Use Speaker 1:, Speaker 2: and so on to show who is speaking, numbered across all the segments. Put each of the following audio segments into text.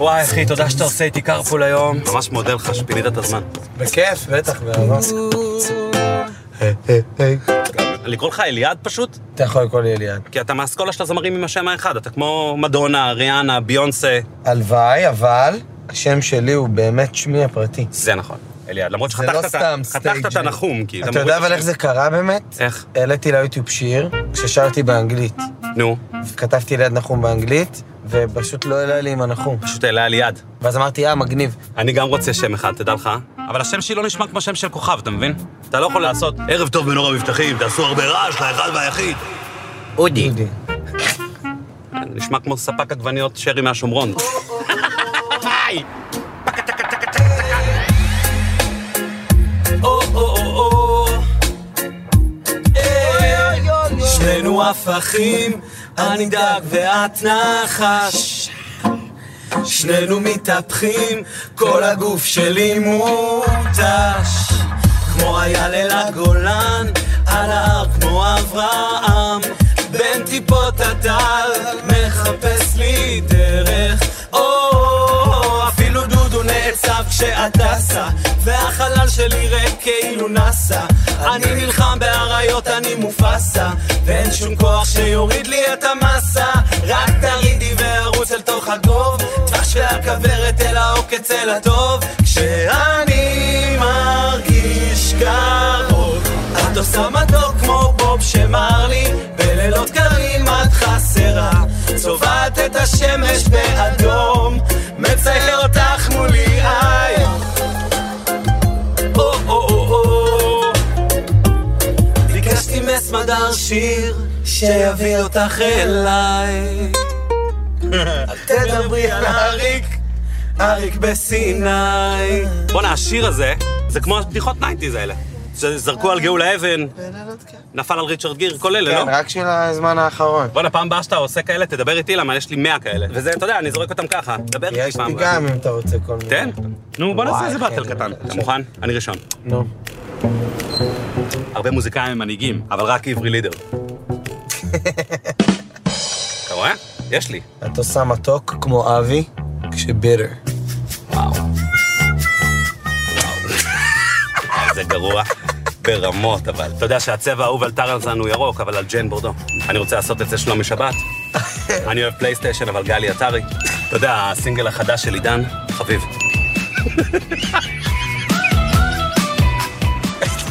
Speaker 1: וואי אחי, תודה שאתה עושה איתי carpool היום.
Speaker 2: ממש מודה לך שפינית את הזמן.
Speaker 3: בכיף, בטח, באהבה.
Speaker 2: לקרוא לך אליעד פשוט?
Speaker 3: אתה יכול לקרוא לי אליעד.
Speaker 2: כי אתה מהאסכולה של הזמרים עם השם האחד, אתה כמו מדונה, ריאנה, ביונסה.
Speaker 3: הלוואי, אבל השם שלי הוא באמת שמי הפרטי.
Speaker 2: זה נכון, אליעד. למרות
Speaker 3: זה לא
Speaker 2: שחתכת את ה-
Speaker 3: סתם
Speaker 2: חתכת את
Speaker 3: סטייג'
Speaker 2: הנחום, כאילו.
Speaker 3: אתה יודע אבל איך זה קרה באמת?
Speaker 2: איך?
Speaker 3: העליתי ליוטיוב שיר כששרתי באנגלית.
Speaker 2: נו,
Speaker 3: כתבתי ליד נחום באנגלית, ופשוט לא העלה לי עם הנחום.
Speaker 2: פשוט העלה אליעד.
Speaker 3: ואז אמרתי, אה, מגניב.
Speaker 2: אני גם רוצה שם אחד, תדע לך. אבל השם שלי לא נשמע כמו שם של כוכב, אתה מבין? אתה לא יכול לעשות ערב טוב מנור המבטחים, תעשו הרבה רעש לאחד והיחיד.
Speaker 3: אודי.
Speaker 2: זה נשמע כמו ספק עגבניות שרי מהשומרון. היי! פקה, טקה, טקה, טקה, טקה. או, או, או, או. אה, שנינו הפכים, אני דג ואת נחש. שנינו מתהפכים, כל הגוף שלי מותש. כמו אייל אל הגולן, על ההר כמו אברהם. בין טיפות הטל, מחפש לי דרך. או, אפילו דודו נעצב כשאתה סע, והחלל שלי ריק כאילו נסע. אני נלחם באריות, אני מופסה, ואין שום כוח שיוריד לי את המסה. רק תרידי וארוץ אל תוך הגוב, דבש והכוורת אל העוקץ אל הטוב. כשאני מרגיש קרוב, את עושה מתוק כמו בוב שמר לי, בלילות קרים את חסרה. צובעת את השמש באדום, מצייר אותך מולי איי. או או או או ביקשתי מסמדר שיר שיביא אותך אליי.
Speaker 3: תדברי על
Speaker 2: אריק, אריק בסיני. בואנה, השיר הזה, זה כמו הבדיחות ניינטיז האלה. שזרקו על גאולה אבן, נפל על ריצ'רד גיר, כל אלה, לא?
Speaker 3: כן, רק של הזמן האחרון.
Speaker 2: בואנה, פעם הבאה שאתה עושה כאלה, תדבר איתי, למה יש לי 100 כאלה. וזה, אתה יודע, אני זורק אותם ככה. דבר איתי
Speaker 3: יש
Speaker 2: פעם. כן.
Speaker 3: לי גם, אם אתה רוצה כל מיני.
Speaker 2: תן. נו, בוא נעשה
Speaker 3: וואי,
Speaker 2: איזה באטל
Speaker 3: כן,
Speaker 2: קטן.
Speaker 3: אני
Speaker 2: אתה מוכן? אני ראשון.
Speaker 3: נו.
Speaker 2: הרבה מוזיקאים הם מנהיגים, אבל רק עברי לידר. אתה רואה? יש לי.
Speaker 3: את עושה מתוק כמו אבי, כשביטר.
Speaker 2: וואו. וואו. זה גרוע. ברמות, אבל. אתה יודע שהצבע האהוב על טרנזן הוא ירוק, אבל על ג'ן בורדו. אני רוצה לעשות את זה שלומי שבת. אני אוהב פלייסטיישן, אבל גלי עטרי. אתה יודע, הסינגל החדש של עידן, חביב.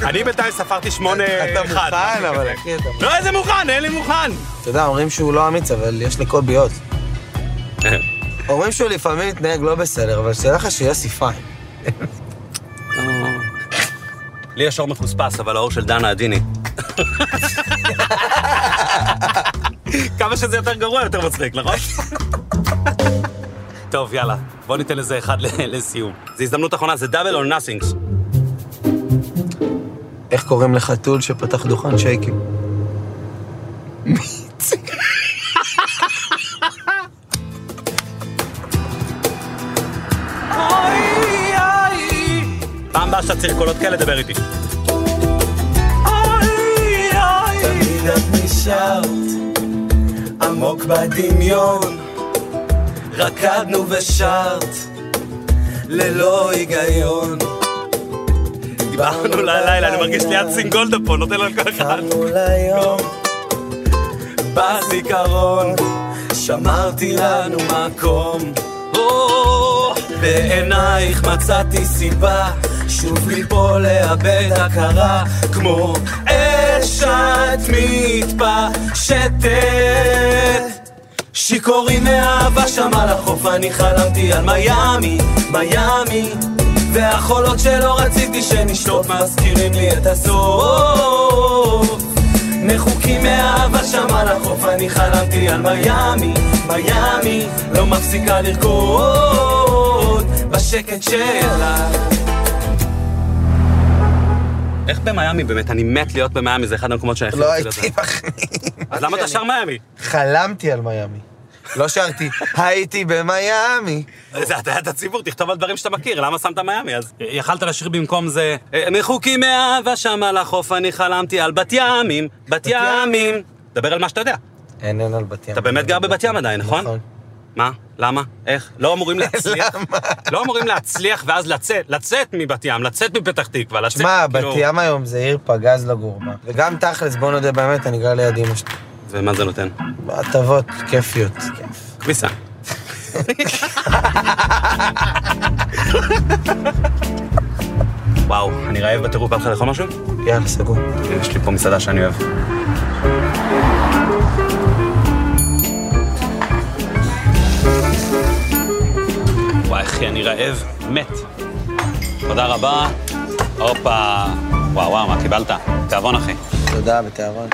Speaker 2: אני בינתיים ספרתי שמונה...
Speaker 3: אתה
Speaker 2: אחד,
Speaker 3: מוכן,
Speaker 2: משהו
Speaker 3: אבל
Speaker 2: כזה.
Speaker 3: אחי, אתה מוכן.
Speaker 2: לא, איזה מוכן, אין לי מוכן.
Speaker 3: אתה יודע, אומרים שהוא לא אמיץ, אבל יש לקובי עוד. אומרים שהוא לפעמים מתנהג לא בסדר, אבל שתדע לך שהוא יוסי פיין.
Speaker 2: לי יש עור מחוספס, אבל האור של דנה עדיני. כמה שזה יותר גרוע, יותר מצחיק, נכון? טוב, יאללה, בוא ניתן לזה אחד ל- לסיום. זו הזדמנות אחרונה, זה דאבל או נאסינגס.
Speaker 3: איך קוראים לחתול שפתח דוכן שייקים?
Speaker 2: פעם הבאה שאתה צריך קולות כאלה, דבר איתי.
Speaker 3: תמיד את נשארת עמוק בדמיון, רקדנו ושרת ללא היגיון.
Speaker 2: דיברנו ללילה, אני מרגיש ליד סינגולדה פה, נותן לו לכל אחד.
Speaker 3: חלמנו ליום בזיכרון, שמרתי לנו מקום.
Speaker 2: או,
Speaker 3: בעינייך מצאתי סיבה שוב ליפול לאבד הכרה כמו אש את מתפשטת שיכורים מאהבה שם על החוף אני חלמתי על מיאמי, מיאמי והחולות שלא רציתי שנשתות מזכירים לי את הסוף מחוקים מאהבה שם על החוף אני חלמתי על מיאמי, מיאמי לא מפסיקה לרקוד בשקט שלה
Speaker 2: איך במיאמי באמת? אני מת להיות
Speaker 3: לא
Speaker 2: במיאמי, זה אחד המקומות שאני הכי רוצה להיות.
Speaker 3: מכניס
Speaker 2: אז למה אתה שר מיאמי?
Speaker 3: חלמתי על מיאמי לא שרתי, הייתי במיאמי.
Speaker 2: זה הטעיית הציבור, תכתוב על דברים שאתה מכיר, למה שמת מיאמי? אז אה, יכלת לשיר במקום זה. אה, מחוקים מאהבה שם על החוף, אני חלמתי על בת ימים, בת ימים. דבר על מה שאתה יודע.
Speaker 3: אין, אין על בת ים.
Speaker 2: אתה באמת גר בבת ים עדיין, נכון?
Speaker 3: נכון.
Speaker 2: מה? למה? איך? לא אמורים להצליח? לא אמורים להצליח ואז לצאת, לצאת מבת ים, לצאת מפתח תקווה, לצאת, כאילו-
Speaker 3: שמע, בת ים היום זה עיר פגז לגור בה. וגם תכלס, בוא נודה באמת, אני גר ליד אמא שלי.
Speaker 2: ומה זה נותן?
Speaker 3: הטבות כיפיות. כיף.
Speaker 2: כביסה. וואו, אני רעב בטירוף, בא לך לאכול משהו?
Speaker 3: יאללה, סגור.
Speaker 2: יש לי פה מסעדה שאני אוהב. וואי, אחי, אני רעב, מת. תודה רבה. הופה. וואו, וואו, מה קיבלת? תיאבון, אחי.
Speaker 3: תודה, בתיאבון.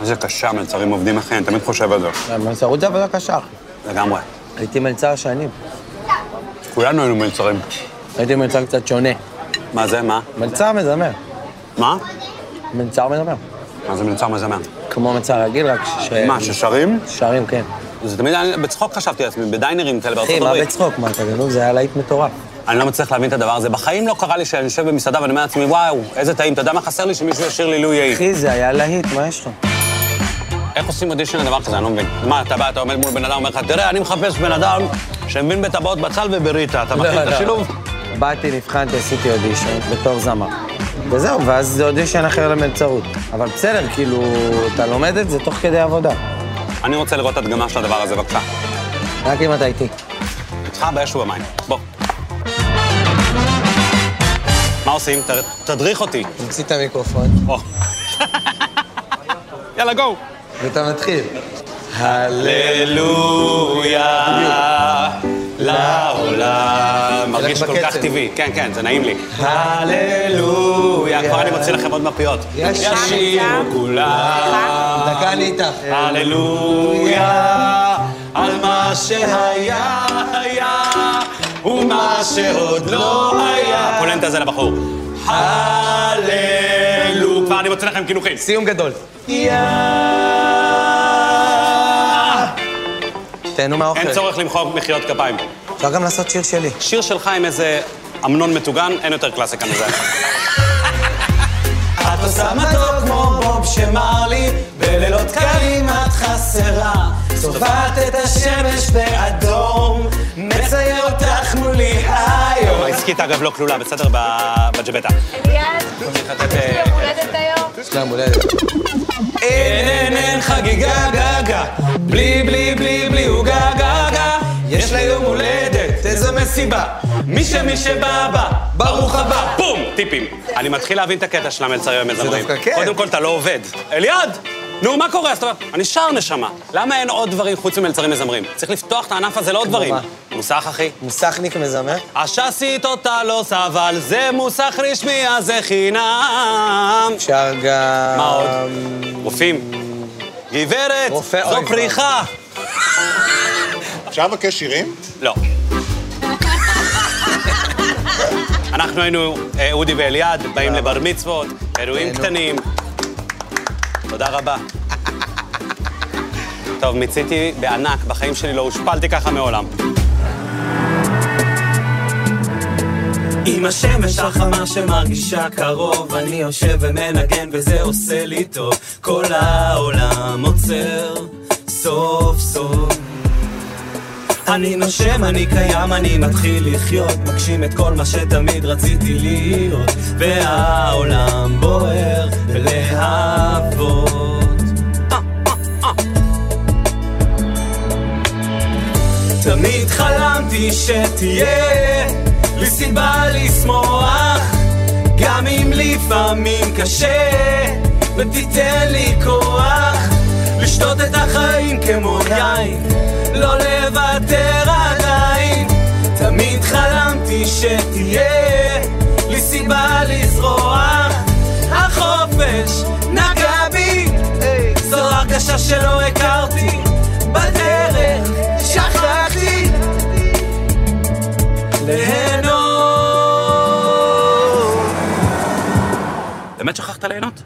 Speaker 2: איזה קשה מלצרים עובדים, אחי, אני תמיד חושב על זה.
Speaker 3: המלצרות זה עבודה קשה, אחי.
Speaker 2: לגמרי.
Speaker 3: הייתי מלצר שנים.
Speaker 2: כולנו היינו מלצרים.
Speaker 3: הייתי מלצר קצת שונה.
Speaker 2: מה זה, מה?
Speaker 3: מלצר מזמר.
Speaker 2: מה?
Speaker 3: מלצר מזמר.
Speaker 2: מה זה מלצר מזמן?
Speaker 3: כמו מלצר רגיל, רק ש...
Speaker 2: מה, ששרים?
Speaker 3: שרים, כן.
Speaker 2: זה תמיד, היה- בצחוק חשבתי לעצמי, בדיינרים כאלה בארצות
Speaker 3: אחי,
Speaker 2: הברית.
Speaker 3: מה בצחוק? מה, אתה גנוב? זה היה להיט מטורף.
Speaker 2: אני לא מצליח להבין את הדבר הזה. בחיים לא קרה לי שאני יושב במסעדה ואני אומר לעצמי, וואו, איזה טעים, אתה יודע מה חסר לי? שמישהו ישיר לי לו יהי.
Speaker 3: אחי, זה היה להיט, מה יש לך?
Speaker 2: לא, איך עושים אודישן לדבר כזה? אני לא מבין. מה, אתה בא, אתה עומד מול בן אדם, אומר לך, תראה, אני מחפש בן אדם שמבין בטבעות בצל ובריטה.
Speaker 3: לא,
Speaker 2: אתה מכיר את השילוב?
Speaker 3: באתי, נבחנתי, עשיתי אודישן בתור זמר. וזהו, ואז זה אודישן אחר למלצרות. אבל בסדר, כאילו, אתה לומד את זה תוך כדי עבודה.
Speaker 2: אני רוצה לראות הדגמה של הדבר הזה, בבקשה.
Speaker 3: רק אם אתה איתי.
Speaker 2: איתך באש ובמים. בוא. מה עושים? ת- תדריך אותי.
Speaker 3: תמציא את המיקרופון,
Speaker 2: או. יאללה, גו.
Speaker 3: ואתה מתחיל.
Speaker 2: הללויה לעולם. מרגיש כל כך
Speaker 3: בקצב.
Speaker 2: טבעי. כן, כן, זה נעים לי. הללויה. כבר אני מוציא לכם עוד מפיות.
Speaker 3: יש שם.
Speaker 2: ישירו כולם.
Speaker 3: דקה אני איתך.
Speaker 2: הללויה על מה שהיה היה ומה שעוד לא היה. פולנטה זה לבחור. הללו. כבר אני מוציא לכם קינוחים.
Speaker 3: סיום גדול. תהנו מהאוכל.
Speaker 4: אוקיי.
Speaker 2: אין צורך למחוא מחיאות כפיים.
Speaker 3: אפשר גם לעשות שיר שלי.
Speaker 2: שיר שלך עם איזה אמנון מטוגן, אין יותר קלאסיקה מזה.
Speaker 4: את עושה מתוק כמו בוב שמר לי, בלילות קרים את חסרה. צובעת את השמש באדום, מצייר אותך מולי היום.
Speaker 2: העסקית אגב לא כלולה, בסדר? ב- בג'בטה.
Speaker 5: יאללה, יש לי יום הולדת היום.
Speaker 3: שלום, הולדת.
Speaker 4: אין אין אין חגיגה גגה, בלי בלי בלי בלי הוא גגה גגה. יש לה יום הולדת, איזו מסיבה. מי שמי שבא בא, ברוך הבא.
Speaker 2: בום! טיפים. אני מתחיל להבין את הקטע של המלצרים המזמרים.
Speaker 3: דווקא כן.
Speaker 2: קודם כל, אתה לא עובד. אליעד! נו, מה קורה? אז אתה אומר, אני שר נשמה. למה אין עוד דברים חוץ ממלצרים מזמרים? צריך לפתוח את הענף הזה לעוד דברים.
Speaker 3: מה?
Speaker 2: מוסך, אחי.
Speaker 3: מוסכניק מזמר?
Speaker 2: השסית אותה לא סבל, זה מוסך רשמי, אז זה חינם.
Speaker 3: אפשר גם...
Speaker 2: מה עוד? רופאים. גברת,
Speaker 3: רופא,
Speaker 2: זו
Speaker 3: אוי,
Speaker 2: פריחה.
Speaker 6: אפשר לבקש שירים?
Speaker 2: לא. אנחנו היינו אה, אודי ואליעד, באים לבר מצוות, אירועים
Speaker 3: נהנו.
Speaker 2: קטנים. תודה רבה. טוב, מיציתי בענק, בחיים שלי לא הושפלתי ככה מעולם.
Speaker 4: עם השמש החמה שמרגישה קרוב, אני יושב ומנגן וזה עושה לי טוב. כל העולם עוצר, סוף סוף. אני נושם, אני קיים, אני מתחיל לחיות, מגשים את כל מה שתמיד רציתי להיות, והעולם בוער בלהבות. תמיד חלמתי שתהיה לי סיבה לשמוח גם אם לפעמים קשה ותיתן לי כוח לשתות את החיים כמו יין לא לוותר עדיין תמיד חלמתי שתהיה לי סיבה לזרוח החופש נגע בי זו הרגשה שלא הכרתי בדרך שכחתי ליהנות
Speaker 2: באמת שכחת ליהנות?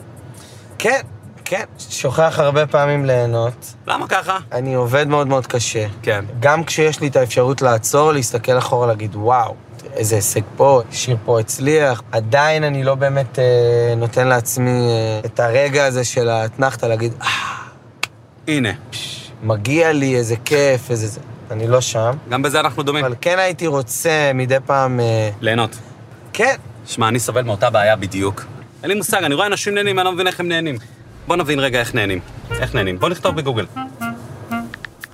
Speaker 3: כן. כן, שוכח הרבה פעמים ליהנות.
Speaker 2: למה ככה?
Speaker 3: אני עובד מאוד מאוד קשה.
Speaker 2: כן.
Speaker 3: גם כשיש לי את האפשרות לעצור, להסתכל אחורה, להגיד, וואו, איזה הישג פה, שיר פה הצליח. עדיין אני לא באמת אה, נותן לעצמי אה, את הרגע הזה של האתנחתא, להגיד, אה,
Speaker 2: הנה,
Speaker 3: מגיע לי, איזה כיף, איזה זה. אני לא שם.
Speaker 2: גם בזה אנחנו דומים.
Speaker 3: אבל כן הייתי רוצה מדי פעם... אה,
Speaker 2: ליהנות.
Speaker 3: כן.
Speaker 2: שמע, אני סובל מאותה בעיה בדיוק. אין לי מושג, אני רואה אנשים נהנים, אני לא מבין איך הם נהנים. בוא נבין רגע איך נהנים. איך נהנים. בוא נכתוב בגוגל.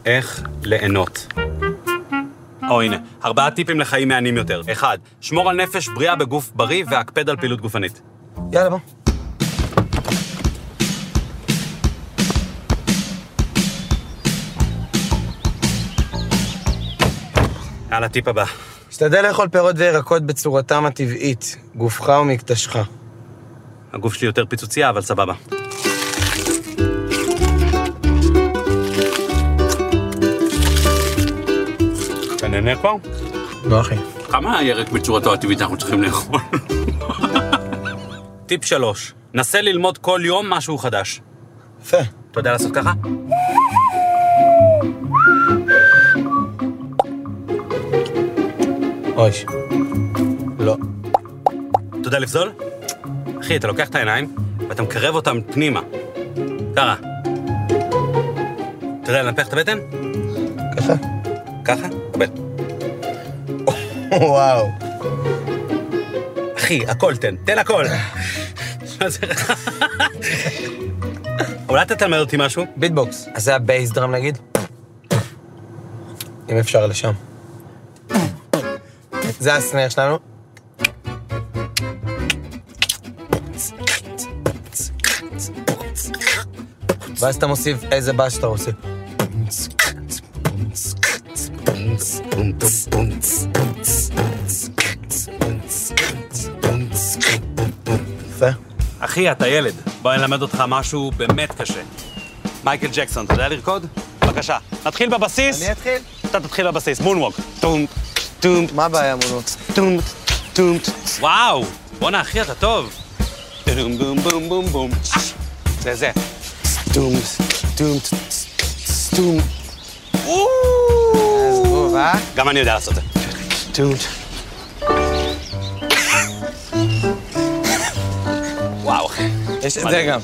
Speaker 2: איך ליהנות. או הנה, ארבעה טיפים לחיים מהנים יותר. אחד, שמור על נפש בריאה בגוף בריא והקפד על פעילות גופנית.
Speaker 3: יאללה, בוא.
Speaker 2: יאללה, טיפ הבא.
Speaker 3: השתדל לאכול פירות וירקות בצורתם הטבעית, גופך ומקדשך.
Speaker 2: הגוף שלי יותר פיצוצייה, אבל סבבה. אתה נהנה כבר?
Speaker 3: לא, אחי.
Speaker 2: כמה ירק בצורתו הטבעית אנחנו צריכים לאכול? טיפ שלוש, נסה ללמוד כל יום משהו חדש.
Speaker 3: יפה.
Speaker 2: אתה יודע לעשות ככה?
Speaker 3: אוי. לא.
Speaker 2: אתה יודע לבזול? אחי, אתה לוקח את העיניים ואתה מקרב אותם פנימה. ככה. אתה יודע לנפח את הבטן?
Speaker 3: ככה.
Speaker 2: ככה? קבל.
Speaker 3: וואו.
Speaker 2: אחי, הכל תן, תן הכל. מה זה? אולי אתה תלמד אותי משהו?
Speaker 3: ביטבוקס. אז זה הבייס דראם נגיד? אם אפשר לשם. זה הסנר שלנו. ואז אתה מוסיף איזה בש שאתה רוצה. יפה.
Speaker 2: אחי, אתה ילד. בוא נלמד אותך משהו באמת קשה. מייקל ג'קסון, אתה יודע לרקוד? בבקשה. נתחיל בבסיס,
Speaker 3: אני אתחיל?
Speaker 2: אתה תתחיל בבסיס, מונווק. טום, טום,
Speaker 3: מה הבעיה מונות?
Speaker 2: טום, טום. וואו! בואנה, אחי, אתה טוב. טום, בום, בום, בום, בום. אה, זה זה. טום, טום, טום. או!
Speaker 3: טוב, אה?
Speaker 2: גם אני יודע לעשות את זה.
Speaker 3: טום.
Speaker 2: וואו, אחי.
Speaker 3: יש את זה גם.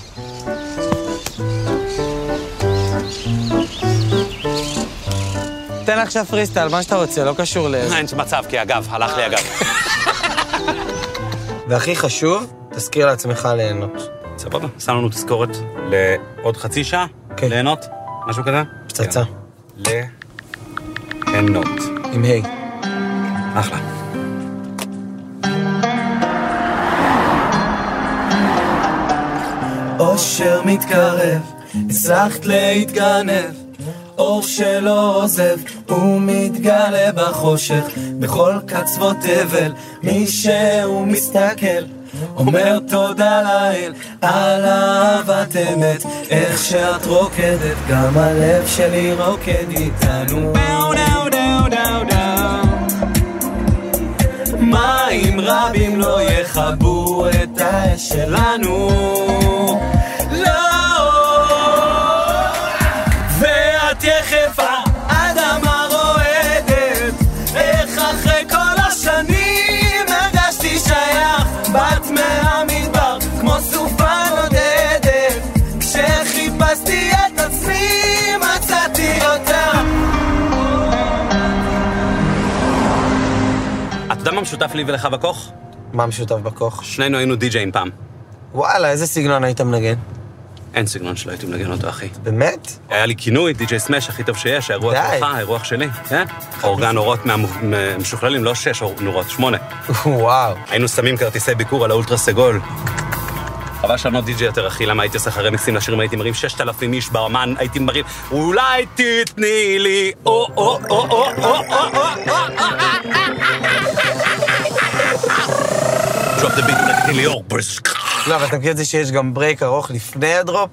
Speaker 3: תן עכשיו פריסטייל, מה שאתה רוצה, לא קשור ל...
Speaker 2: אין מצב, כי הגב, הלך לי הגב.
Speaker 3: והכי חשוב, תזכיר לעצמך ליהנות.
Speaker 2: סבבה, שם לנו תזכורת לעוד חצי שעה,
Speaker 3: כן.
Speaker 2: ליהנות, משהו כזה?
Speaker 3: פצצה.
Speaker 2: כן. ליהנות.
Speaker 3: עם היי.
Speaker 2: אחלה.
Speaker 4: אושר מתקרב, הצלחת להתגנב, אור שלא עוזב, הוא מתגלה בחושך, בכל קצוות תבל, מי שהוא מסתכל. אומר תודה לאל על אהבת אמת, איך שאת רוקדת, גם הלב שלי רוקד איתנו. דאו דאו דאו דאו דאו מים רבים לא יכבו את האש שלנו. לא. ואת יחפה אדמה רועדת, איך אחרי כל השנים הרגשתי שייך, באת מהמדבר כמו סופה נודדת, כשחיפשתי את עצמי מצאתי אותה.
Speaker 2: אתה יודע מה משותף לי ולך בכוך?
Speaker 3: מה משותף בכוח?
Speaker 2: שנינו היינו די-ג'אים פעם.
Speaker 3: וואלה, איזה סגנון היית מנגן?
Speaker 2: אין סגנון שלא הייתי מנגן אותו, אחי.
Speaker 3: באמת?
Speaker 2: היה לי כינוי, די-ג'יי סמאש הכי טוב שיש, האירוח
Speaker 3: די.
Speaker 2: שלך, האירוח שלי, כן? אורגן אורות מהמ- מהמשוכללים, לא שש אור- נורות, שמונה.
Speaker 3: וואו.
Speaker 2: היינו שמים כרטיסי ביקור על האולטרה סגול. חבל שאני לא די-ג'יי יותר, אחי, למה הייתי עושה לך רמיקסים לשירים, הייתי מרים 6,000 איש באמן, הייתי מרים, אולי תתני לי, או, או, או, או, או, או, או, או, או, Drop the beat, נגדי ליאור, ברז.
Speaker 3: לא, אבל אתה מכיר את זה שיש גם ברייק ארוך לפני הדרופ?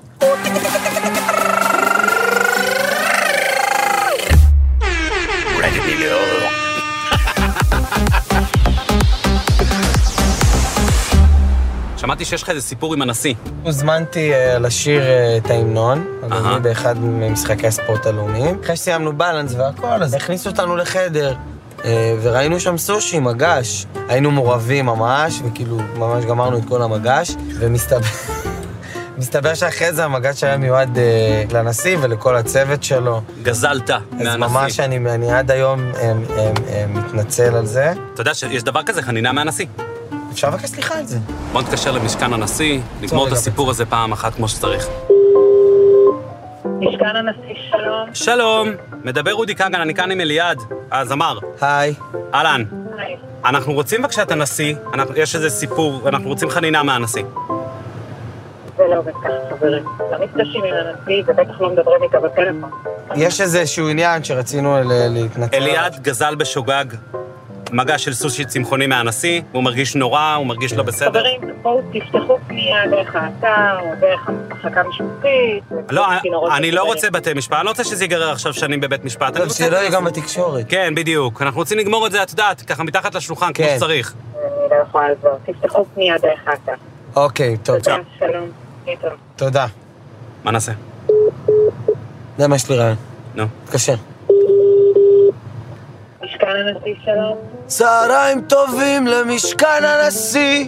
Speaker 2: נגדי ליאור. שמעת שמעתי שיש לך איזה סיפור עם הנשיא.
Speaker 3: הוזמנתי אה, לשיר אה, את ההמנון,
Speaker 2: אהה.
Speaker 3: הלאומי באחד ממשחקי הספורט הלאומיים. אחרי שסיימנו בלנס והכל, אז הכניסו אותנו לחדר, אה, וראינו שם סושי, מגש. היינו מעורבים ממש, וכאילו ממש גמרנו את כל המגש, ומסתבר... מסתבר שאחרי זה המגש היה מיועד אה, לנשיא ולכל הצוות שלו.
Speaker 2: גזלת
Speaker 3: אז
Speaker 2: מהנשיא.
Speaker 3: ממש אני, אני עד היום אה, אה, אה, מתנצל על זה.
Speaker 2: אתה יודע שיש דבר כזה, חנינה מהנשיא.
Speaker 3: אפשר לבקש סליחה על זה.
Speaker 2: בוא נתקשר למשכן הנשיא, נגמור את
Speaker 3: רגע,
Speaker 2: הסיפור הזה פעם אחת כמו שצריך.
Speaker 7: משכן הנשיא, שלום.
Speaker 2: שלום, מדבר אודי כגן, אני כאן עם אליעד, הזמר.
Speaker 3: היי.
Speaker 2: אהלן,
Speaker 7: היי.
Speaker 2: אנחנו רוצים בבקשה את הנשיא, אנחנו- יש איזה סיפור, אנחנו רוצים חנינה מהנשיא.
Speaker 7: זה לא עובד ככה, חברים. לא נפגשים עם הנשיא, ובטח לא מדברים איתה בטלפון.
Speaker 3: יש איזשהו עניין שרצינו ל- להתנצל. עליו.
Speaker 2: אליעד גזל בשוגג מגע של סושי צמחוני מהנשיא, הוא מרגיש נורא, הוא מרגיש לא בסדר.
Speaker 7: חברים, בואו תפתחו פנייה דרך האתר, או דרך המחלקה המשפטית.
Speaker 2: לא,
Speaker 7: צינורות
Speaker 2: אני לא
Speaker 7: וכו'.
Speaker 2: רוצה בתי משפט, אני לא רוצה שזה ייגרר עכשיו שנים בבית משפט. אני
Speaker 3: טוב,
Speaker 2: רוצה-
Speaker 3: שלא יהיה גם בתקשורת.
Speaker 2: כן, בדיוק. אנחנו רוצים לגמור את זה, את יודעת, ככה מתחת לשולחן, כמו
Speaker 3: כן.
Speaker 2: שצריך.
Speaker 7: אני לא יכולה לעזור. תפתחו פנייה דרך האתר.
Speaker 3: אוקיי, טוב,
Speaker 7: תודה, שלום. להתראות.
Speaker 3: תודה.
Speaker 2: מה נעשה?
Speaker 3: זה מה יש לי רעיון.
Speaker 2: נו.
Speaker 3: תתקשר.
Speaker 7: משכן הנשיא, שלום.
Speaker 3: צהריים טובים למשכן הנשיא,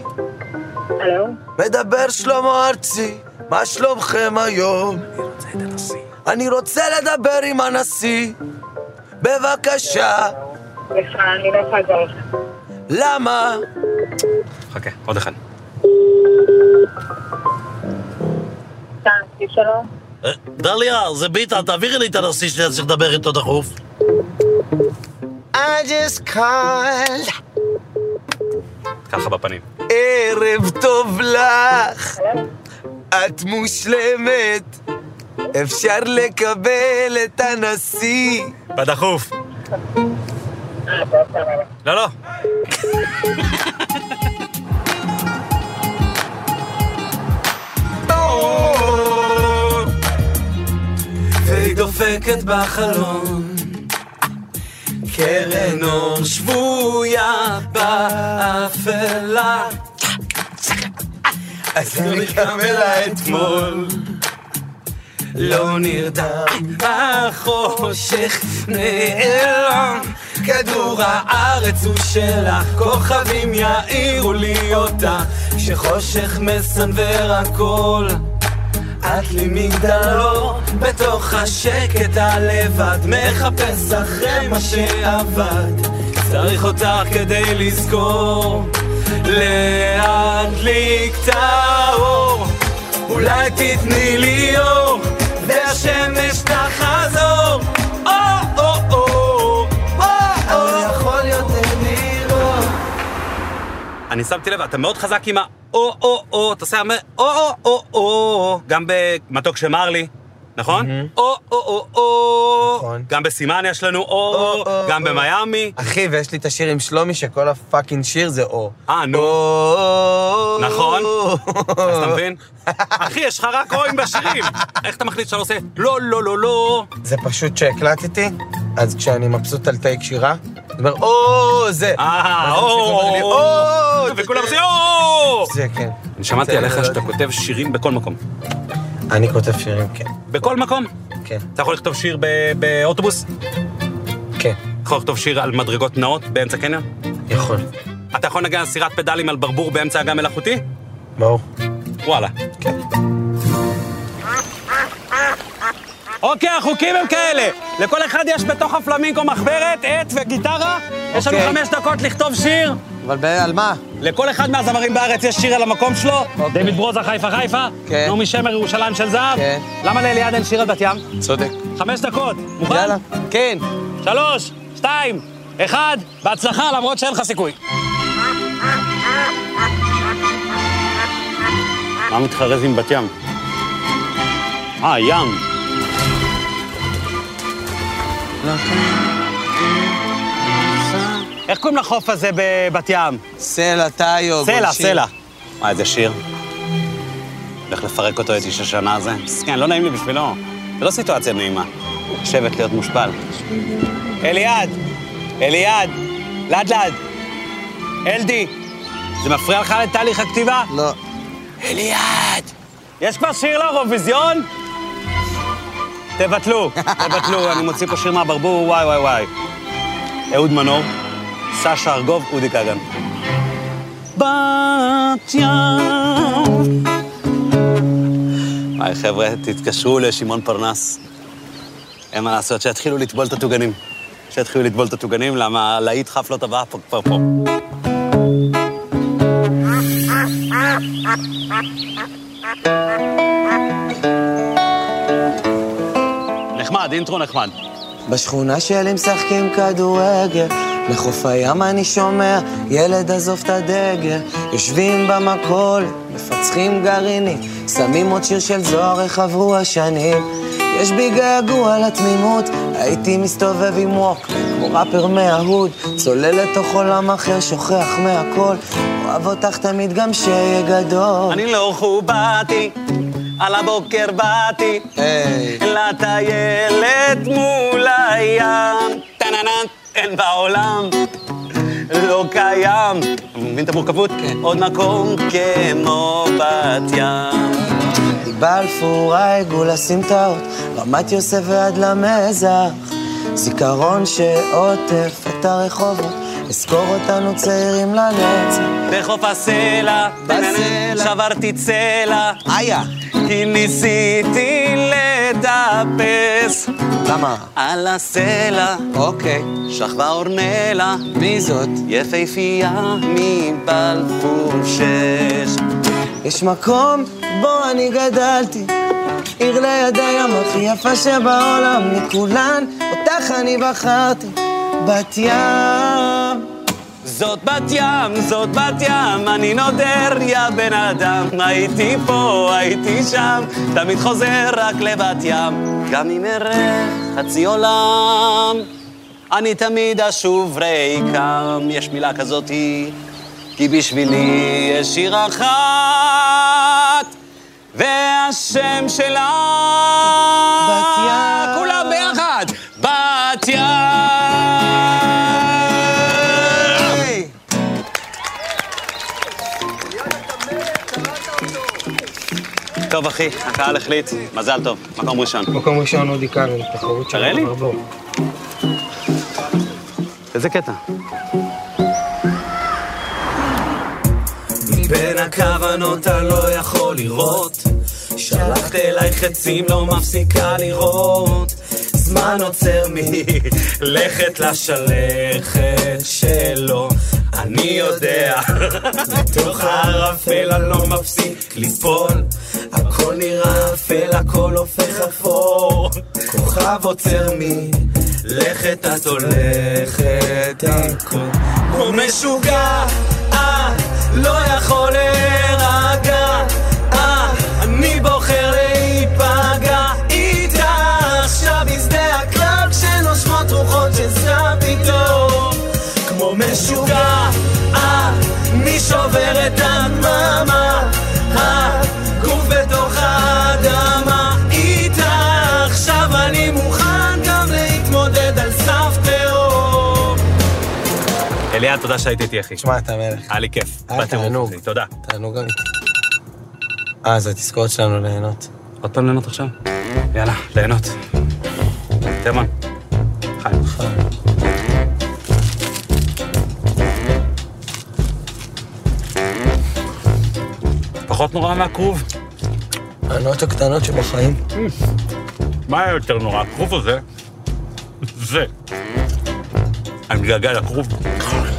Speaker 7: הלו?
Speaker 3: מדבר שלמה ארצי, מה שלומכם היום? אני רוצה לדבר עם הנשיא, בבקשה,
Speaker 7: סליחה, אני לא יכולה לעזור לך.
Speaker 3: למה?
Speaker 2: חכה, עוד אחד.
Speaker 7: משכן הנשיא, שלום.
Speaker 8: דליה, זה ביטן, תעבירי לי את הנשיא שלי, אני צריך לדבר איתו דחוף.
Speaker 3: I just called,
Speaker 2: ככה בפנים.
Speaker 3: ערב טוב לך, את מושלמת, אפשר לקבל את הנשיא.
Speaker 2: בדחוף.
Speaker 7: אה, זה עוד פעם.
Speaker 2: לא, לא.
Speaker 8: והיא דופקת בחלון. קרן אור שבויה באפלה. אז לא נרדם אלא אתמול. לא נרדם החושך נעלם. כדור הארץ הוא שלך, כוכבים יאירו לי אותה. כשחושך מסנוור הכל. את לי מגדלור, בתוך השקט הלבד, מחפש אחרי מה שעבד. צריך אותך כדי לזכור, להדליק את האור. אולי תתני לי אור, והשמש תחזור. או, או, או, או, או, יכול יותר לראות.
Speaker 2: אני שמתי לב, אתה מאוד חזק עם ה-או-או-או, אתה עושה הרבה או-או-או-או, גם במתוק שמר לי, נכון? או-או-או-או,
Speaker 3: נכון.
Speaker 2: גם בסימן יש לנו או,
Speaker 3: או,
Speaker 2: גם
Speaker 3: או.
Speaker 2: במיאמי.
Speaker 3: אחי, ויש לי את השיר עם שלומי, שכל הפאקינג שיר זה או.
Speaker 2: אה, נו,
Speaker 3: או.
Speaker 2: נכון. אז אתה מבין? אחי, יש לך רק רואים בשירים. איך אתה מחליט שאתה עושה לא, לא, לא, לא?
Speaker 3: זה פשוט שהקלטתי, אז כשאני מבסוט על טייק שירה, אני אומר, או, זה.
Speaker 2: אה,
Speaker 3: ואז המפיק אומר לי,
Speaker 2: או,
Speaker 3: "או, זה-
Speaker 2: וכולם עושים או.
Speaker 3: זה, כן.
Speaker 2: אני שמעתי
Speaker 3: זה-
Speaker 2: עליך שאתה כותב שירים בכל מקום.
Speaker 3: אני כותב שירים, כן.
Speaker 2: בכל מקום.
Speaker 3: כן,
Speaker 2: אתה יכול לכתוב שיר ב- באוטובוס?
Speaker 3: כן,
Speaker 2: אתה יכול לכתוב שיר על מדרגות נאות באמצע קניון?
Speaker 3: יכול.
Speaker 2: אתה יכול לנגן על סירת פדלים על ברבור באמצע אגם מלאכותי?
Speaker 3: ברור.
Speaker 2: וואלה. כן. אוקיי, החוקים הם כאלה. לכל אחד יש בתוך הפלמינקו מחברת, עט וגיטרה. יש לנו
Speaker 3: אוקיי.
Speaker 2: חמש דקות לכתוב שיר.
Speaker 3: אבל על מה?
Speaker 2: לכל אחד מהזמרים בארץ יש שיר על המקום שלו.
Speaker 3: אוקיי.
Speaker 2: דוד ברוזה חיפה חיפה.
Speaker 3: כן.
Speaker 2: נעמי שמר ירושלים של זהב.
Speaker 3: כן.
Speaker 2: למה לאליעד אין שיר על בת ים?
Speaker 3: צודק.
Speaker 2: חמש דקות. מוכן?
Speaker 3: יאללה. כן.
Speaker 2: שלוש, שתיים, אחד, בהצלחה, למרות שאין לך סיכוי. מה מתחרז עם בת ים? אה, ים. איך קוראים לחוף הזה בבת ים?
Speaker 3: סלע, טאיו,
Speaker 2: סלע,
Speaker 3: גולשים.
Speaker 2: סלע. מה, איזה שיר? הולך לפרק אותו את איש השנה הזה? כן, לא נעים לי בשבילו. זה לא סיטואציה נעימה. לשבת להיות מושפל. אליעד! אליעד! לאט לאט! אלדי! זה מפריע לך לתהליך הכתיבה?
Speaker 3: לא.
Speaker 2: אליעד! יש כבר שיר לאירוויזיון? תבטלו, תבטלו, אני מוציא פה שיר מהברבור, וואי וואי וואי. אהוד מנור, סשה ארגוב, אודי כגן. בת ים. היי חבר'ה, תתקשרו לשמעון פרנס. אין מה לעשות, שיתחילו לטבול את הטוגנים. שיתחילו לטבול את הטוגנים, למה הלהיט חפלות הבאה פה כבר פה. נחמד, אינטרו נחמד.
Speaker 3: בשכונה שלי משחקים כדורגל, מחוף הים אני שומע, ילד עזוב את הדגל. יושבים במכול, מפצחים גרעינים, שמים עוד שיר של זוהר, איך עברו השנים. יש בי געגוע לתמימות, הייתי מסתובב עם ווק, כמו ראפר מההוד, צולל לתוך עולם אחר, שוכח מהכל, אוהב אותך תמיד גם שיהיה גדול.
Speaker 2: אני לאורכו באתי, על הבוקר באתי,
Speaker 3: היי.
Speaker 2: לטיילת מול הים. טננן, אין בעולם, לא קיים. אתה מבין את המורכבות?
Speaker 3: כן.
Speaker 2: עוד מקום כמו בת ים.
Speaker 3: מבלפור, העיגול, הסמטאות, רמת יוסף ועד למזח. זיכרון שעוטף את הרחובות, אזכור אותנו צעירים לנצח.
Speaker 2: בחוף הסלע,
Speaker 3: בסלע.
Speaker 2: שברתי צלע,
Speaker 3: איה!
Speaker 2: כי ניסיתי לטפס
Speaker 3: למה?
Speaker 2: על הסלע,
Speaker 3: אוקיי.
Speaker 2: שכבה אורנלה,
Speaker 3: מי זאת?
Speaker 2: יפהפייה מבלפור שש.
Speaker 3: יש מקום בו אני גדלתי, עיר ליד הים הכי יפה שבעולם, מכולן אותך אני בחרתי, בת ים.
Speaker 2: זאת בת ים, זאת בת ים, אני נודר, יא בן אדם. הייתי פה, הייתי שם, תמיד חוזר רק לבת ים. גם אם אראה חצי עולם, אני תמיד אשוב ריקם. יש מילה כזאתי, כי בשבילי יש עיר אחת, והשם שלה...
Speaker 3: בת ים.
Speaker 2: כולם ביחד! בת ים!
Speaker 3: היי!
Speaker 2: טוב, אחי, הקהל החליט. מזל טוב, מקום ראשון.
Speaker 3: מקום ראשון אודי קאנון, תחרות
Speaker 2: תראה לי.
Speaker 3: ברבור.
Speaker 2: איזה קטע?
Speaker 9: בין הכוונות אתה לא יכול לראות שלחת אליי חצים, לא מפסיקה לראות זמן עוצר מלכת לשלכת שלו אני יודע, בתוך הערפל אני לא מפסיק ליפול הכל נראה אפל, הכל הופך אפור כוכב עוצר מלכת את הולכת הכל כמו משוגע, אה, לא יכול להירגע, אה, אני בוחר להיפגע איתה עכשיו בשדה הקרב כשנושמות רוחות של סתיו פתאום כמו משוגע, אה, מי שובר את הדממה, אה, גוף בתוך האדמה איתה עכשיו אני מוכן גם להתמודד על סף תהום
Speaker 2: אליעד, תודה שהיית איתי, אחי.
Speaker 3: תשמע, אתה מלך.
Speaker 2: היה לי כיף.
Speaker 3: היה
Speaker 2: באתי
Speaker 3: תענוג.
Speaker 2: רוח, אחי. תודה.
Speaker 3: תענוג אמיתי. אה, זו התזכורת שלנו ליהנות.
Speaker 2: עוד פעם ליהנות עכשיו? יאללה, ליהנות. תימן. חיים. פחות נורא מהכרוב?
Speaker 3: הענות הקטנות שבחיים.
Speaker 10: מה היה יותר נורא, הכרוב הזה? זה. אני מתגעגע לכרוב.